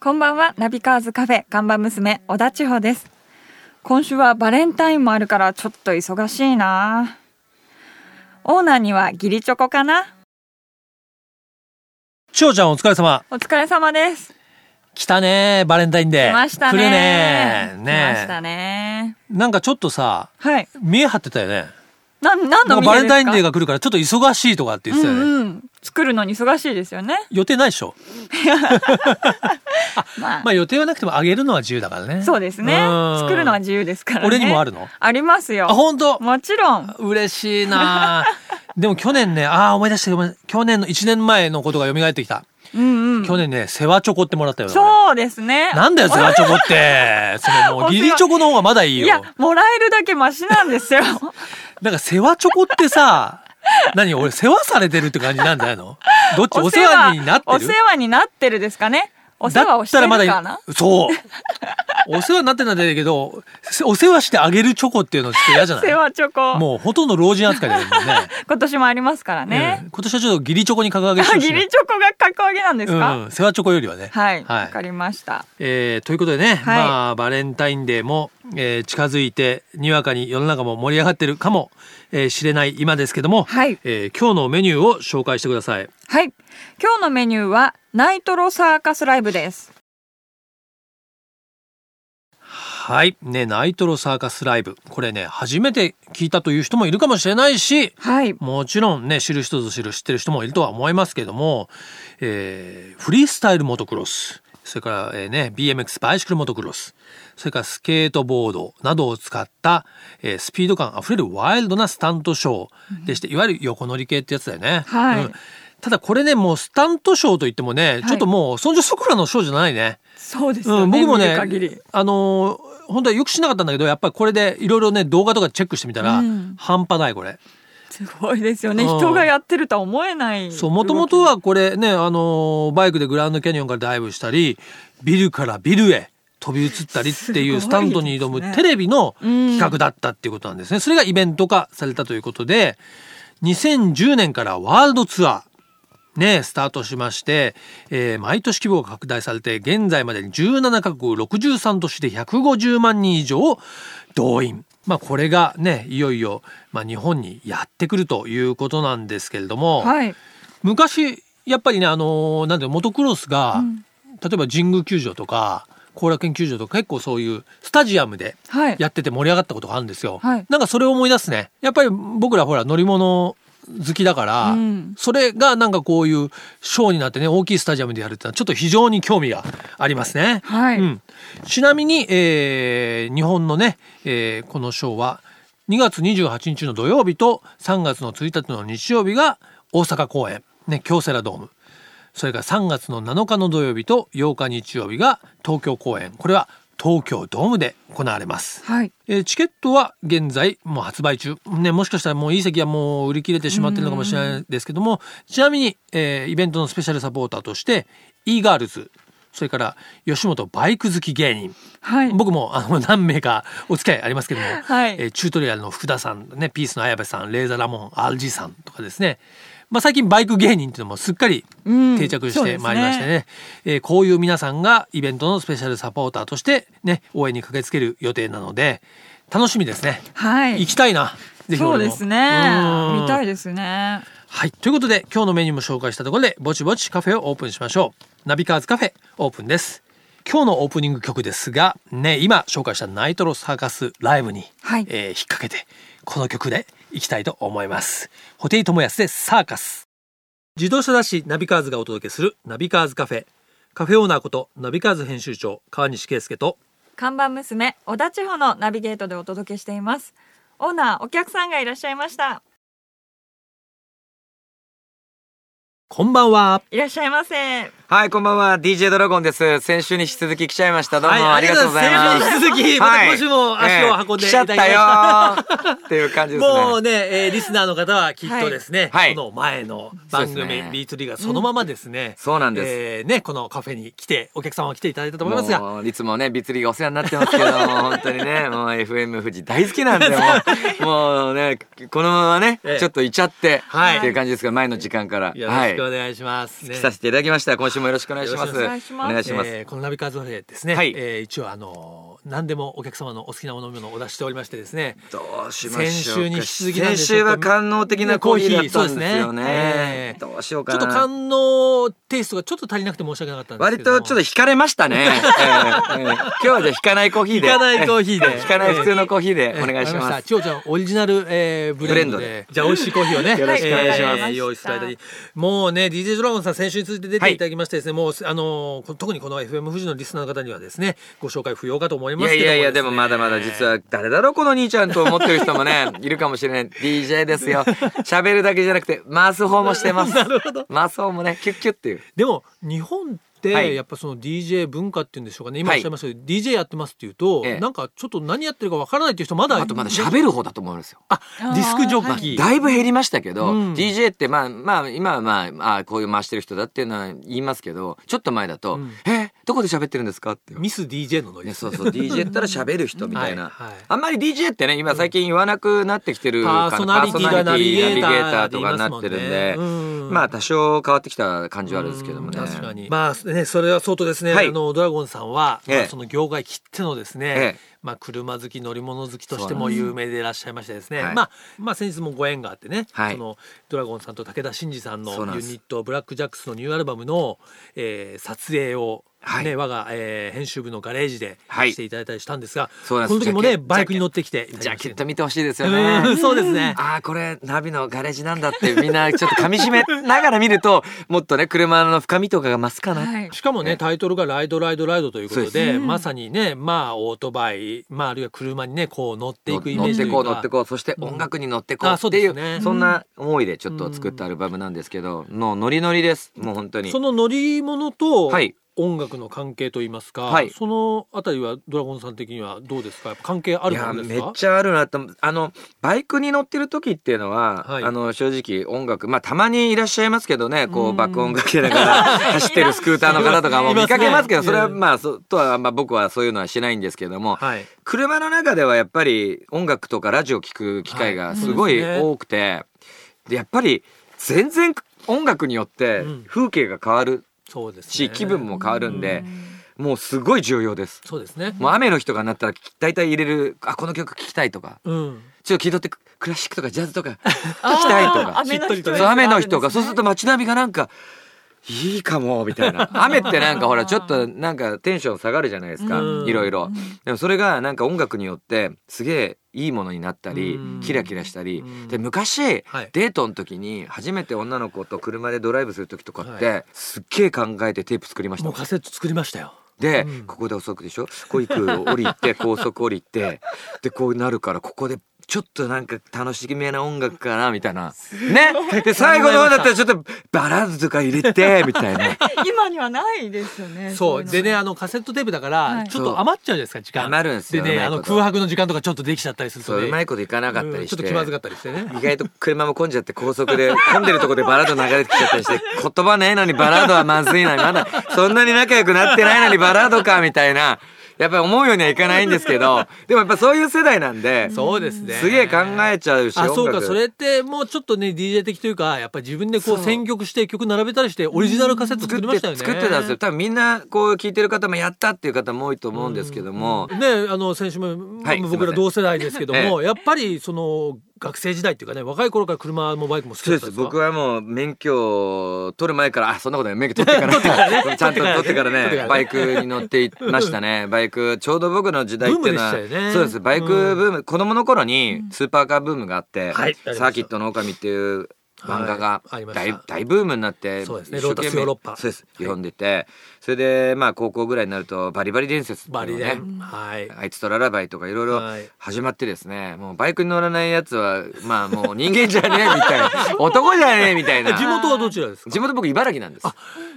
こんばんは、ナビカーズカフェ看板娘小田千穂です。今週はバレンタインもあるからちょっと忙しいな。オーナーにはギリチョコかな。千代ちゃんお疲れ様。お疲れ様です。来たねバレンタインデー。来ましたね。来るね来ましたねね。なんかちょっとさ、はい。見え張ってたよね。なん何のなんかバレンタインデーが。が来るからちょっと忙しいとかって言うってたよね。んうん。作るのに忙しいですよね。予定ないでしょ。まあまあ予定はなくてもあげるのは自由だからね。そうですね。うん作るのは自由ですからね。俺にもあるのありますよあ、。本当。もちろん。嬉し いな。でも去年ね、ああ思い出したごめん去年の1年前のことが蘇ってきた。うんうん。去年ね、世話チョコってもらったよね。そうですね。なんだよ、世話チョ コって。そのもう、本当ギよリチョコの方がまだいいいよ。や、もらえるだけマシなんですよ。なんか世話チョコっ てさ、何俺世話されてるって感じなんじゃないのどっちお世話になっておる世話になってるですかね。お世話をしてるだったからなま。だ、そう。お世話になってなんだけど、せお世話してあげるチョコっていうのちょっと嫌じゃ世ない話チョコ。もうほとんど老人扱いだよね。今年もありますから ねう。ん今年はちょっとギリチョコに掲げてあ、ほしギいねリチョコが格上げなんですか。うん、世話チョコよりはね。はい、わ、はいかりました。えーということではね、いまあバレンタインデーも、えー近づいてにわかに世の中も盛り上がってるかもし、えー知れない今ですけども、はいえー今日のメニューを紹介してください。はい、今日のメニューはナイトロサーカスライブです。はい、ね、ナイトロサーカスライブこれね初めて聞いたという人もいるかもしれないしはい、もちろんね知る人ぞ知る知ってる人もいるとは思いますけども、えーフリースタイルモトクロスそれから、えーね、BMX バイシクルモトクロスそれからスケートボードなどを使った、えースピード感あふれるワイルドなスタントショーでして、いわゆる横乗り系ってやつだよね。はいうんただこれねもうスタントショーといってもね、いちょっともうそんじょそこらのショーじゃないね。そうですうよん、ね。僕も見ねる限り、あのー本当はよくしなかったんだけどやっぱりこれでいろいろね動画とかチェックしてみたら、うん半端ないこれ。すごいですよね。うん人がやってるとは思えない。そうもともと。はこれね、あのーバイクでグランドキャニオンからダイブしたりビルからビルへ飛び移ったりっていうすスごいですねタントに挑むテレビの企画だったっていうことなんですね。それがイベント化されたということで2010年からワールドツアー。ね、スタートしまして、えー毎年規模が拡大されて現在までに17カ国63都市で150万人以上を動員、まあ、これがねいよいよ、まあ、日本にやってくるということなんですけれども、はい、昔やっぱりねあのーなんていうのモトクロスが、うん例えば神宮球場とか後楽園球場とか結構そういうスタジアムではい、やってて盛り上がったことがあるんですよ、はいなんかそれを思い出すねやっぱり僕らほら乗り物好きだから、うんそれがなんかこういうショーになってね大きいスタジアムでやるってのはちょっと非常に興味がありますね、はいうん、ちなみに、えー日本のね、えーこのショーは2月28日の土曜日と3月の1日の日曜日が大阪公演、ね、京セラドームそれから3月の7日の土曜日と8日日曜日が東京公演これは東京ドームで行われます。はい、えーチケットは現在もう発売中、ね、もしかしたらもういい席はもう売り切れてしまってるのかもしれないですけどもちなみに、えーイベントのスペシャルサポーターとして e ガールズそれから吉本バイク好き芸人はい、僕もあの何名かお付き合いありますけども、はいえーチュートリアルの福田さん、ね、ピースの綾部さんレーザーラモン RG さんとかですね、まあ、最近バイク芸人っていうのもすっかりうん定着しそうでてすねまいりましてね,、えーこういう皆さんがイベントのスペシャルサポーターとして、ね、応援に駆けつける予定なので楽しみですね、はい、行きたいなぜひそう俺もですねう。ん見たいですね。はいということで今日のメニューも紹介したところでぼちぼちカフェをオープンしましょうナビカーズカフェオープンです今日のオープニング曲ですがね今紹介したナイトロサーカスライブに、はいえー引っ掛けてこの曲でいきたいと思いますホテイトモヤスでサーカス自動車雑誌ナビカーズがお届けするナビカーズカフェカフェオーナーことナビカーズ編集長川西圭介と看板娘小田千穂のナビゲートでお届けしています。オーナーお客さんがいらっしゃいました。こんばんはいらっしゃいませ。はい、こんばんは。DJ ドラゴンです。先週に引き続き来ちゃいました。どうも、ありがとうございます。先週に引き続き、また今週も足を運んでいただきました。はいええ来ちゃったよーっていう感じですね。もうね、えーリスナーの方はきっとですね、はいこの前の番そう組、ですねビートリーがそのままですね、そうなんですえーね、このカフェに来て、お客様が来ていただいたと思いますが、もういつもね、ビツリーがお世話になってますけど、 本当にね、もう FM 富士大好きなんで、もう、もうね、このままねええ、ちょっといちゃって、はいっていう感じですが、前の時間から、よろはしいくお、願いします。ね来させていただきました。今週もよろしくお願いします。ろしくよお願いしますお願いします。えーこのナビカズでですね、はいえー一応あのー何でもお客様のお好きなお飲み物をお出ししておりましてですねどうしましょうか。先週に引き続きなんで先週は官能的なコーヒーだったんですよそうですねねえ。ーどうしようちょかっとな。感能テイストがちょっと足りなくて申し訳なかったんです割けどとちょっとっ惹かれました ね。えーえー今日はじゃあ引かないコーヒーで。引かないコー ヒーで引かない普通のコーヒーでお願いします。千代ちゃんオリジナル、えー、ブレンドブレでじゃあ美味しいコーヒーをねよろしくお願いしますえー用意する間にもうね DJ ドラゴンさん先週に続いて出ていただきましてですね、もうあのー特にこの FM 富士のリスナーの方にはですねご紹介不要かと思いいますやけどいもやいや、でもまだまだ実は誰だろうこの兄ちゃんと思ってる人 もね、いるかもしれない。DJ ですよ。喋るだけじゃなくて、回す方もして ます。回す方もね、キュッキュッっていう。でも日本っはていやっぱその DJ 文化っていうんでしょうかね今おはっいしゃいましたけど、DJ やってますっていうと、ええなんかちょっと何やってるかわからないっていう人まだあとまだ喋る方だと思うんですよ。あディスクジョッキー、だいぶ減りましたけど、うん DJ ってまあまあ今はまああこういう回してる人だっていうのは言いますけどちょっと前だとう「んえどこで喋ってるんですか?」って、ミス DJ のノイね、ズそうそう DJ ったら喋る人みたいな、はいはいあんまり DJ ってね今最近言わなくなってきてるパかーらソナリティパがーソナナビリゲティーターナビゲーターとかになってるんで、ままあ多少変わってきた感じはあるんですけどもね。確かにまあねそれは相当ですね、はいあのドラゴンさんは、ええまあその業界切ってのですね、ええまあ車好き乗り物好きとしそうてなんもです有名でいらっしゃいましてですね、はいまあまあ先日もご縁があってね、はいそのドラゴンさんと武田真治さんのそうなんユですニットブラックジャックスのニューアルバムの、えー撮影をはいね、我が、えー編集部のガレージではいしていただいたりしたんですが、そうなんですこの時もねジャケバイクに乗ってきていただきましてジャケット見てほしいですよね。うん そうですねああこれナビのガレージなんだってみんなちょっと噛み締めながら見るともっとね車の深みとかが増すかな、はいしかもね、ねタイトルが「ライドライドライド」ということでそうでまさにねまあオートバイ、まあ、あるいは車にねこう乗っていくイメー乗っジとていうこかう乗ってこうそして音楽に乗ってこあうそうってでいすう,、ねそんな思いでちょっと作ったアルバムなんですけど、もうノリノリですもう本当にその乗り物とはい音楽の関係といいますか、はいそのあたりはドラゴンさん的にはどうですかやっぱ関係あいるやものでめすっかちゃあるなと思うあのバイクに乗ってる時っていうのは、はいあの正直音楽まあたまにいらっしゃいますけどねこうんう爆音かけ ながら走ってるスクーターの方とかも見かけますけいどますねそれはうんまあそとはあんま僕はそういうのはしないんですけども、はい、車の中ではやっぱり音楽とかラジオ聞く機会はがいすごいそうですね多くて、でやっぱり全然音楽によってうん風景が変わるそうですし、ね気分も変わるんでう、もうすごい重要です。そうですねもう雨の日とかになったら大体入れるあこの曲聴きたいとかうんちょっと気取ってククラシックとかジャズ とか聞きたいとか雨の日とそう雨の日とかそうすると街並みがなんかいいかもみ たいな雨ってなんかほらちょっとなんかテンション下がるじゃないですかうんいろいろでもそれがなんか音楽によってすげえいいものになったりうんキラキラしたりうんで昔はいデートの時に初めて女の子と車でドライブする時とかっはてすっげえ考えてテープ作りましもたうカセット作りましたよで、うんここで遅くでしょこう行く降り て高速降りてでこうなるからここでちょっとなんか楽しめな音楽かなみたいなねで最後の方だったらちょっとバラードとか入れ てみたいな 今にはないですよね。そういのでねあのカセットテープだから、はいちょっと余っちゃうじゃないですか時間余るんですよでうねまいあことの空白の時間とかちょっとできちゃったりするそとうねうまいこといかなかったうんりちょしっとて、気まずかったりしてね意外と車も混んじゃって高速で 混んでるとこでバラード流れてきちゃったりして言葉ないのにバラードはまずいなまだそんなに仲良くなってないのにバラードかみたいなやっぱり思うようにはいかないんですけどでもやっぱそういう世代なんでそうですねすげえ考えちゃうしあそう音か楽それってもうちょっとね DJ 的というかやっぱり自分でこうそう選曲して曲並べたりしてオリジナルカセット作作りっまてしたよね作ってたんですよ多分みんなこう聞いてる方もやったっていう方も多いと思うんですけども、ねあの先週も、はいまあすいま僕せらん同世代ですけども、やっぱりその学生時代っていうかね若い頃から車もバイクも好きそだうっでたんですすか僕はもう免許を取る前 からあそんなことない免許取ってからちゃんと取ってから取ってからねね バイクに乗っていましたねバイクちょうど僕の時代っていうのはブームでしたよねそうですバイクブーム、子供の頃にスーパーカーブームがあって、はいサーキットの狼っていう漫画がはいありました大大ブームになってそうですね一生ロータ懸ス命ヨーロッパそうですはい読んでて、それでまあ高校ぐらいになるとバリバリ伝説ってバいうのをリで、ねはいあいつとララバイとかいろいろはい始まってですね、もうバイクに乗らないやつは、まあもう人間じゃねえみたいな、 男じゃねえみたいな。地元はどちらですか地元僕茨城なんです。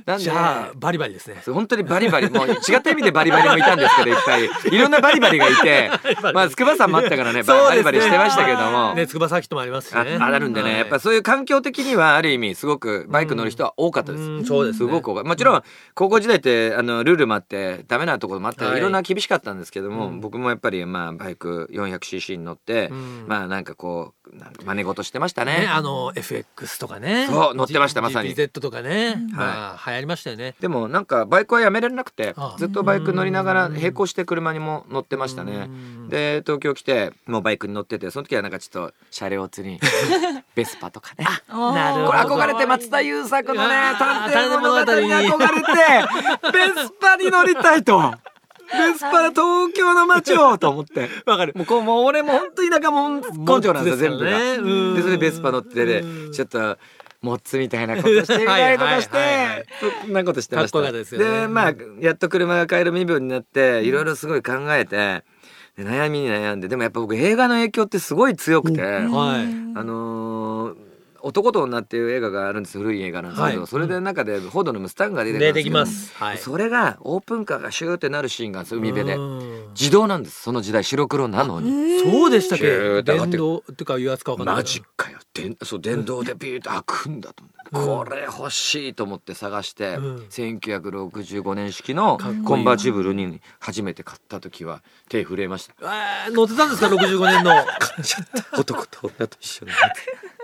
なんじゃあで、バリバリですね本当にバリバリ、もう違った意味でバリバリもいたんですけど、いっぱい。いろんなバリバリがい て、まあ筑波山もあったからね、バそうバでリすねバリしてましたけども。ね筑波サーキットもありますしあねあるんでね、はいやっぱそういう環境的にはある意味すごくバイク乗る人は多かったです。うんそうですねごく多かったもちろん高校時代ってあのルールもあってダメなところもあって、はいい、ろんな厳しかったんですけども、うん僕もやっぱりまあバイク 400cc に乗って、うんまあなんかこうなんか真似事してましたね。ね、あの FX とかねそう乗ってましたまさに GPZ とかね、いまあ流やりましたよねでもなんかバイクはやめられなくてああずっとバイク乗りながら並行して車にも乗ってましたうねんで東京来てもうバイクに乗っててその時はなんかちょっと車両 釣りベスパとかねなこれほど憧れて松田優作のいねやー探偵物語に憧れてベスパに乗りたいとベスパの東京の街をと思ってわかるもうこうもう俺も本当田舎もん根性なんですよ全部が。部でそれでベスパ乗ってでちょっとモッツみたいなことしてみたりとかしてはいはいはいはいそんなことしてましたかっこよかったですよねまあやっと車が買える身分になっていろいろすごい考えてで悩みに悩んででもやっぱ僕映画の影響ってすごい強くて、んはいあのー男と女っていう映画があるんです古い映画なんですけど、はいそれで中で報道のムスタングが出てくる出んてですけきどますはいそれがオープンカーがシューってなるシーンがあるんですよ海辺でうん自動なんですその時代白黒なのに、そうでしたっシュけーって上がって電動っていうか油圧かわかんないマけジどかよ電そう電動でビューって開くんだと思って、これ欲しいと思って探して、うん1965年式のかっこいいコンバーチブルに初めて買った時は手震え ましたあー乗ってたんですか65年の 男と女と一緒に乗って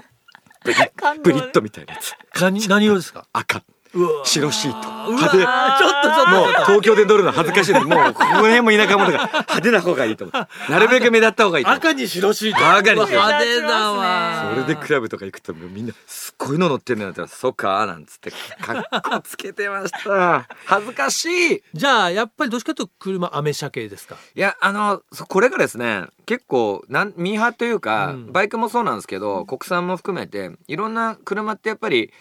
感動ブリットみたいなやつ何何色ですか赤うわー白シートうわ派手ーちょっとちょっともう東京で乗るの恥ずかしいのもうこの辺も田舎者だから派手な方がいいと思うなるべく目立った方がいいと思う赤に白シート赤に白シート派手だわそれでクラブとか行くともうみんなすごいの乗ってるのよって言ったら「そっか」なんつって格好つけてました恥ずかしいじゃあやっぱりどっちかというと車アメ車系ですかいやあのそこれがですね結構なんミーハーというか、うんバイクもそうなんですけど国産も含めていろんな車ってやっぱり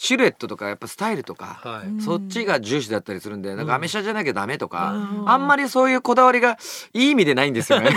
シルエットとかやっぱスタイルとか、はいうんそっちが重視だったりするんでなんかアメ車じゃなきゃダメとか、うんあんまりそういうこだわりがいい意味でないんです よね。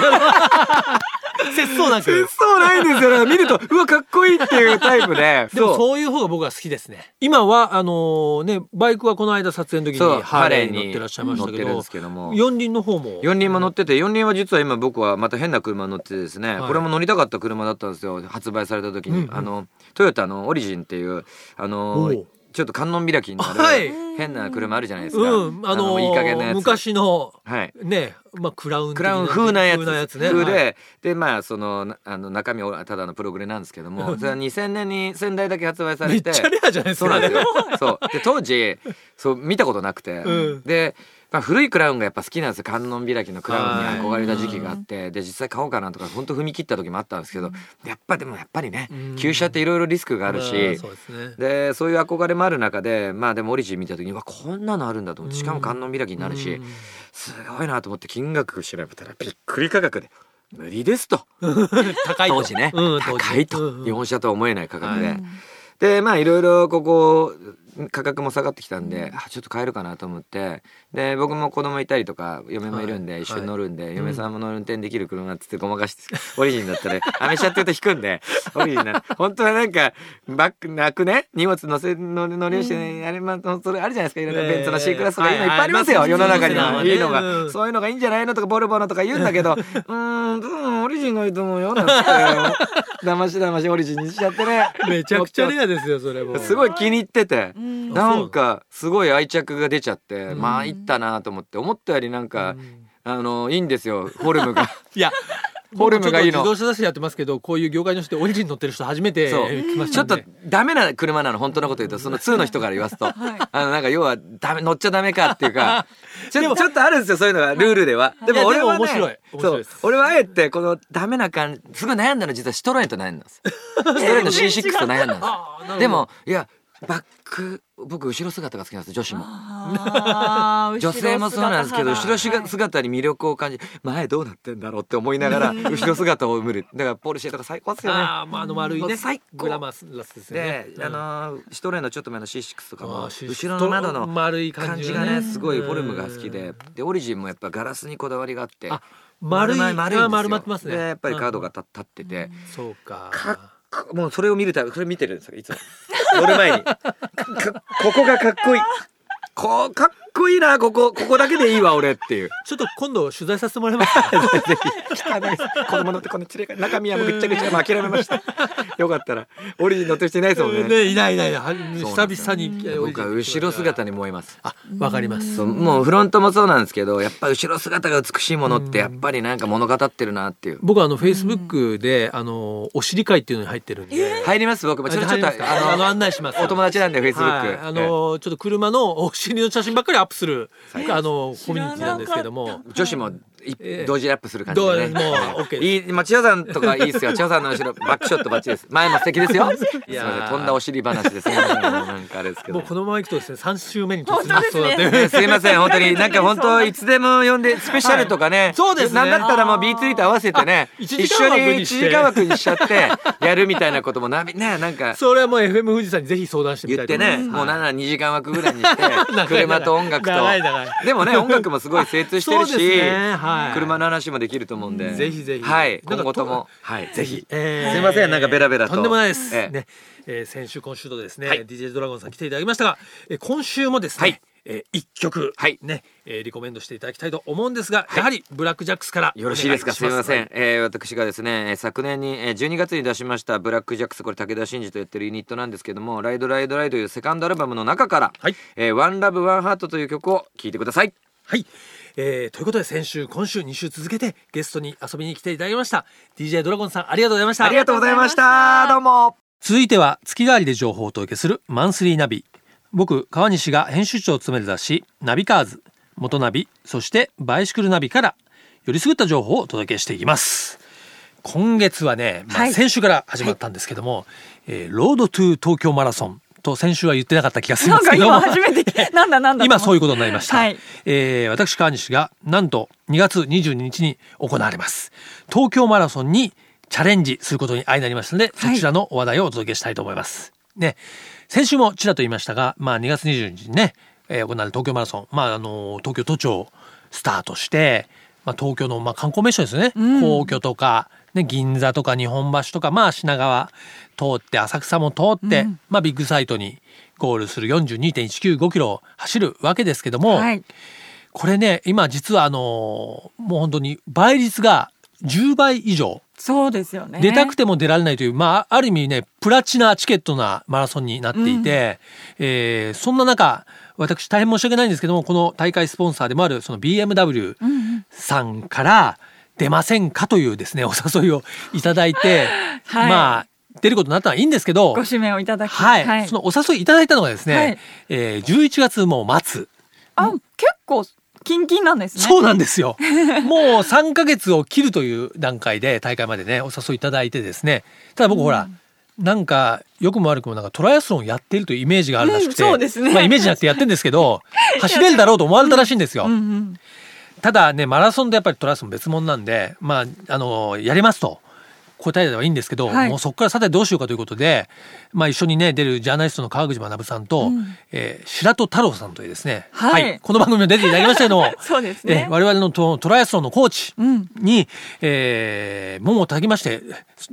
節操なくそうないんですよね見るとうわかっこいいっていうタイプで。でもそうそういう方が僕は好きですね。今はあのねバイクはこの間撮影の時そうにハハーーレレーーに乗っにてらっしゃいましたけ乗ってるんどです、けども四輪の方も四輪も乗ってて四輪は実は今僕はまた変な車乗ってですね、はいこれも乗りたかった車だったんですよ発売された時に、うんうんあのトヨタのオリジンっていうあおのうちょっと観音開きになる、はい変な車あるじゃないですか、うんあのいい加減なやつ昔のはいねまあクラウンクラウン風なやつ風なやつね。風で、はいでまあそのなあの中身はただのプログレなんですけどもそれは2000年に仙台だけ発売さめれってちゃレアじゃないです そうか。なんですよあれ。そうで当時そう見たことなくて、うんで、まあ、古いクラウンがやっぱ好きなんですよ観音開きのクラウンには憧いれた時期があってで実際買おうかなとか本当踏み切った時もあったんですけどやっぱでもやっぱりねうん旧車っていろいろリスクがあるし。まあそうですね。でそういう憧れもある中でまあでもオリジン見た時にうわこんなのあるんだと思ってしかも観音開きになるし、うんすごいなと思って金額調べたらびっくり価格で無理ですと高いと当時ね、うん当時高いと、うんうん日本車とは思えない価格で、はでまあいろいろここ価格も下がってきたんで、あちょっと買えるかなと思ってで僕も子供いたりとか嫁もいるんで、はい一緒に乗るんで、い嫁さんも運転できる車っつってごまかしてオリジンだったらアメ車って言うと引くんでオリジンな本当はなんかバック泣くね荷物乗せ乗り乗りをして、ねあれまあそれあるじゃないですかいろんなベンツの C クラスとかいいのいっぱいありますよ、えー世はのいはい中にまあはそうでいすねいのが、うんそういうのがいいんじゃないのとかボルボのとか言うん だけどうーんうんオリジンがいいと思うよなんつってだましだましオリジンにしちゃってねめちゃくちゃレアですよそれも。すごい気に入ってて、んなんかすごい愛着が出ちゃって、まあいったなと思って思ったよりなんか、あのいいんですよフォル ムがいや。フォルムがいいの僕もちょっと自動車雑誌やってますけど、こういう業界の人でオリジン乗ってる人初めてそう来ましちょたっねとダメな車なの本当のこと言うとその2の 人から言わすと、あのなんか要はダメ乗っちゃダメかっていう かちょっとちょっとあるんですよそういうのがルールではでいもや俺は、ね、でも面白い面白いですそう俺はあえてこのダメな感じすごい悩んだの実はシトロエンと悩んだんです シトロエンと C6 と悩んだあーなんでするほどでもいやバック僕後ろ姿が好きなんです女子も。女性もそうなんですけど後ろ姿に魅力を感じ前どうなってんだろうって思いながら後ろ姿を見るだからポルシェとか最高っすよね。ああまああの丸いねで最高グラマスラスですよねで、。あのーシトレンのちょっと前の C6 とかもあー後ろの窓の丸い感感じじががねねすごいフォルムが好きででオリジンもやっぱガラスにこだわりがあってあ丸いまんですよあ丸まってますねでやっぱりカードが立立っててうんそうかかっこもうそれを見るたびそれ見てるんですよいつも乗る前にかかここがかっこいいこうかっこいいなここここだけでいいわ俺っていうちょっと今度取材させてもらえますか 汚いです子供のってこのちれが中身はもうぐっちゃぐちゃもう諦め ましたよかったらオリジン乗ってる人いないですもんねねいないいないはそうなんです久々にえー僕は後ろ姿に燃えますあわかりますそうもうフロントもそうなんですけどやっぱ後ろ姿が美しいものってやっぱりなんか物語ってるなっていう僕はあのフェイスブックであのお尻会っていうのに入ってるんで入ります僕もちょっとちょっと入りますかあのあ案内しますのお友達なんでフェイスブッはいクあのちょっと車のお尻の写真ばっかりアップするあのコミュニティなんですけども女子もいええ同時ラップする感じでね。どうもうはい OK いい、まあ千代さんとかいいですよ。千代さんの後ろバックショットバッチリです。前も素敵ですよ。すみませんいやー飛んだお尻話ですね。なんかあれですけもどう。このままいくとですね3週目に突入しそうだってねすいません本当になんか本当いつでも呼んでスペシャルとかね、そうですねなんだったらもう B2 と合わせてねあ一時一緒間枠にに一して時間枠にしちゃってやるみたいなこともなねなんかそれはもう FM 富士山にぜひ相談してみ言たっいとて思いまね、すもうはい72時間枠ぐらい にして車と音楽と長い長いでもね音楽もすごい精通してるし、そうですねはい車の話もできると思うんで、ぜひぜひはいなんか今後ともとはいぜひ、えすいませんなんかベラベラととんでもないです、ええね、えー先週今週とですね、はい DJ ドラゴンさん来ていただきましたが、えー今週もですね、はいえー一曲、はいね、えーリコメンドしていただきたいと思うんですが、やはりブラックジャックスからよろしいですかおすみ願ません、はいえー私がですねえー昨年にえー12月に出しました「ブラック・ジャックス」これ武田真治とやってるユニットなんですけども「ライド・ライド・ライド」というセカンドアルバムの中から「はいえーワンラブ・ワンハート」という曲を聴いてくださいはい、えーということで先週今週2週続けてゲストに遊びに来ていただきました DJ ドラゴンさんありがとうございましたありがとうございましたどうも続いては月替わりで情報をお届けするマンスリーナビ僕川西が編集長を務める雑誌ナビカーズ元ナビそしてバイシクルナビからよりすぐった情報をお届けしていきます今月はね、まはあ、い先週から始まったんですけども、えーロードトゥ東京マラソンと先週は言ってなかった気がするんなでんすかけども今初めて、なんだなんだ。今そういうことになりました、はいえー私川西がなんと2月22日に行われます東京マラソンにチャレンジすることに相なりましたので、はいそちらのお話題をお届けしたいと思いますね先週もちらっと言いましたが、まあ、2月22日にね、えー行われる東京マラソン、まあ、あの東京都庁スタートして、まあ、東京のまあ観光名所ですね、うん皇居とか、ね、銀座とか日本橋とか、まあ、品川通って浅草も通って、うんまあ、ビッグサイトにゴールする42.195キロを走るわけですけども、はい。これね今実はあのもう本当に倍率が10倍以上そうですよね。出たくても出られないという、まあ、ある意味ねプラチナチケットなマラソンになっていて、えーそんな中私大変申し訳ないんですけどもこの大会スポンサーでもあるその BMW うんうん。さんから出ませんかというですねお誘いをいただいて、 はいまあ出ることになったのはいいんですけどご指名をいただき。はい、そのお誘いいただいたのがですね、はいえー、11月もう末、あ、結構、キンキンなんですね。そうなんです よもう3ヶ月を切るという段階で大会までねお誘いいただいてですねただ僕ほら、なんか良くも悪くもなんかトライアスロンやってるというイメージがあるらしくて、うんそうですねまあイメージなくてやってるんです けど走れるだろうと思われたらしいんですよ、うんうん。ただねマラソンとやっぱりトライアスロン別物なんでまああのやりますと答えればいいんですけど、はいもうそこからさてどうしようかということで、まあ、一緒にね出るジャーナリストの川口学さんと、うんえー白戸太郎さんというですね、はいこの番組も出ていただきましたけどもそうですえね。我々のトトライアスロンのコーチうん。に、えー、門を叩きまして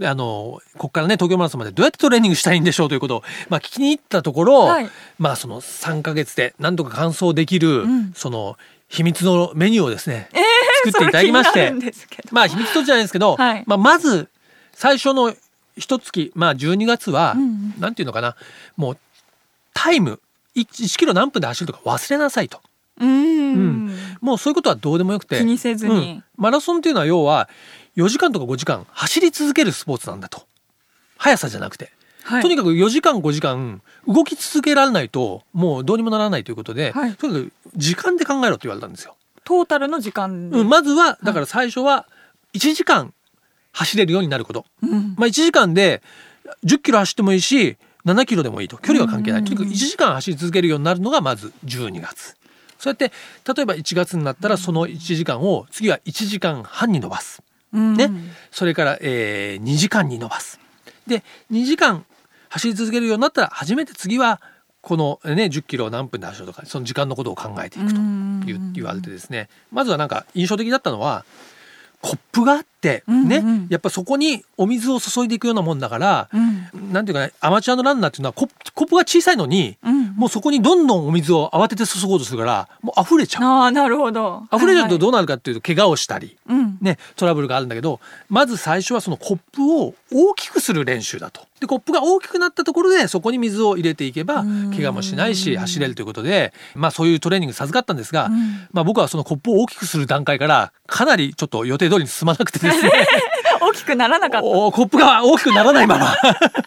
あのここからね東京マラソンまでどうやってトレーニングしたいんでしょうということを、まあ、聞きに行ったところ、はいまあその3ヶ月で何とか完走できる、んその秘密のメニューをですね、作っていただきましそれて気になるんですけどまあ秘密とじゃないですけど、はいまあ、まず最初の一月まあ12月は、うんうなんていうのかなもうタイム 1, キロ何分で走るとか忘れなさいと。うーん。もうそういうことはどうでもよくて気にせずにうんマラソンっていうのは要は4時間とか5時間走り続けるスポーツなんだと速さじゃなくて、はい。とにかく4時間5時間動き続けられないともうどうにもならないということで、はいとにかく時間で考えろって言われたんですよ。トータルの時間で。うん、まずはだから最初は1時間走れるようになること、うんまあ、1時間で10キロ走ってもいいし7キロでもいいと距離は関係ない、とにかく1時間走り続けるようになるのがまず12月そうやって例えば1月になったらその1時間を次は1時間半に伸ばす、うんねそれから、え2時間に伸ばすで2時間走り続けるようになったら初めて次はこの、ね、10キロを何分で走るとかその時間のことを考えていくとうん言う言われてですねまずはなんか印象的だったのはコップがあってね、うんうんやっぱそこにお水を注いでいくようなもんだから、うんなんていうかねアマチュアのランナーっていうのはコップコップが小さいのに、うんもうそこにどんどんお水を慌てて注ごうとするからもう溢れちゃう。ああなるほど溢れちゃうどとどうなるかっていうと怪我をしたり、うんね、トラブルがあるんだけどまず最初はそのコップを大きくする練習だとでコップが大きくなったところでそこに水を入れていけばうん怪我もしないし走れるということで、まあ、そういうトレーニング授かったんですが、うんまあ、僕はそのコップを大きくする段階からかなりちょっと予定通りに進まなくてで すね大きくならなかったおコップが大きくならないまま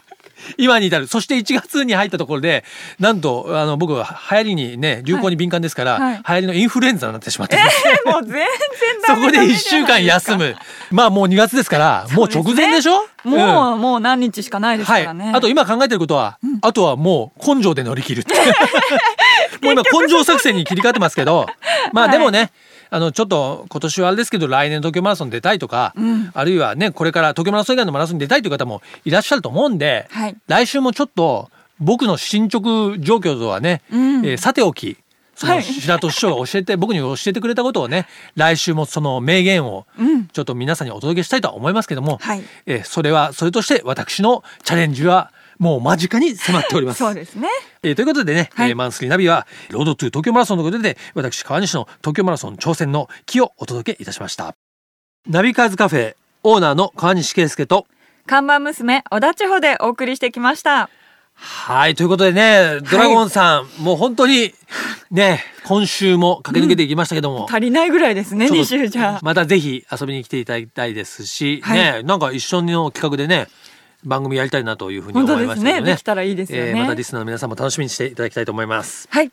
今に至るそして1月に入ったところでなんとあの僕は流行りにね流行に敏感ですから、はいはい流行りのインフルエンザになってしまってですね、もう全然 そダメこで1週間休む。まあもう2月ですから、もう直前でしょもう、うもう何日しかないんですはかい。らね、あと今考えてることは、あとはもう根性で乗り切るって。 もう今根性作戦に切り替わってますけど、まあでもね、あのちょっと今年はあれですけど来年東京マラソン出たいとか、んあるいはねこれから東京マラソン以外のマラソンに出たいという方もいらっしゃると思うんで、はい来週もちょっと僕の進捗状況とはね、うんえーさておきそはのい白戸師匠が教えて、僕に教えてくれたことをね来週もその名言をうんちょっと皆さんにお届けしたいとは思いますけども、はいえーそれはそれとして私のチャレンジはもう間近に迫っております。そうですねえーということでね、はいえーマンスリーナビはロードトゥ東京マラソンのことで私川西の東京マラソン挑戦の木をお届けいたしましたナビカーズカフェオーナーの川西圭介と看板娘小田千穂でお送りしてきましたはいということでねドラゴンさん、もう本当にね今週も駆け抜けていきましたけども、足りないぐらいですねちょっと2週じゃまたぜひ遊びに来ていただきたいですし、はいねなんか一緒の企画でね番組やりたいなというふうに本思当いでますしたけねどねできたらいいですよね、えーまたリスナーの皆さんも楽しみにしていただきたいと思いますはい。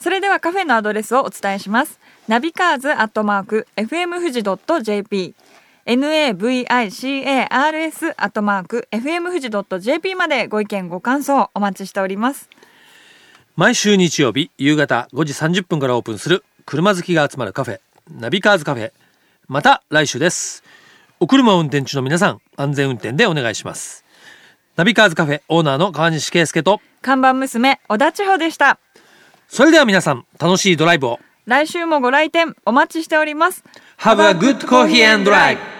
それではカフェのアドレスをお伝えします。ナビカーズアットマーク fm 富士ドット jp navicars アットマーク fm 富士ドット jp までご意見ご感想お待ちしております。毎週日曜日夕方5時30分からオープンする車好きが集まるカフェナビカーズカフェまた来週ですお車を運転中の皆さん安全運転でお願いしますナビカーズカフェオーナーの川西圭介と看板娘小田千穂でした。それでは皆さん楽しいドライブを来週もご来店お待ちしております。 Have a good coffee and drive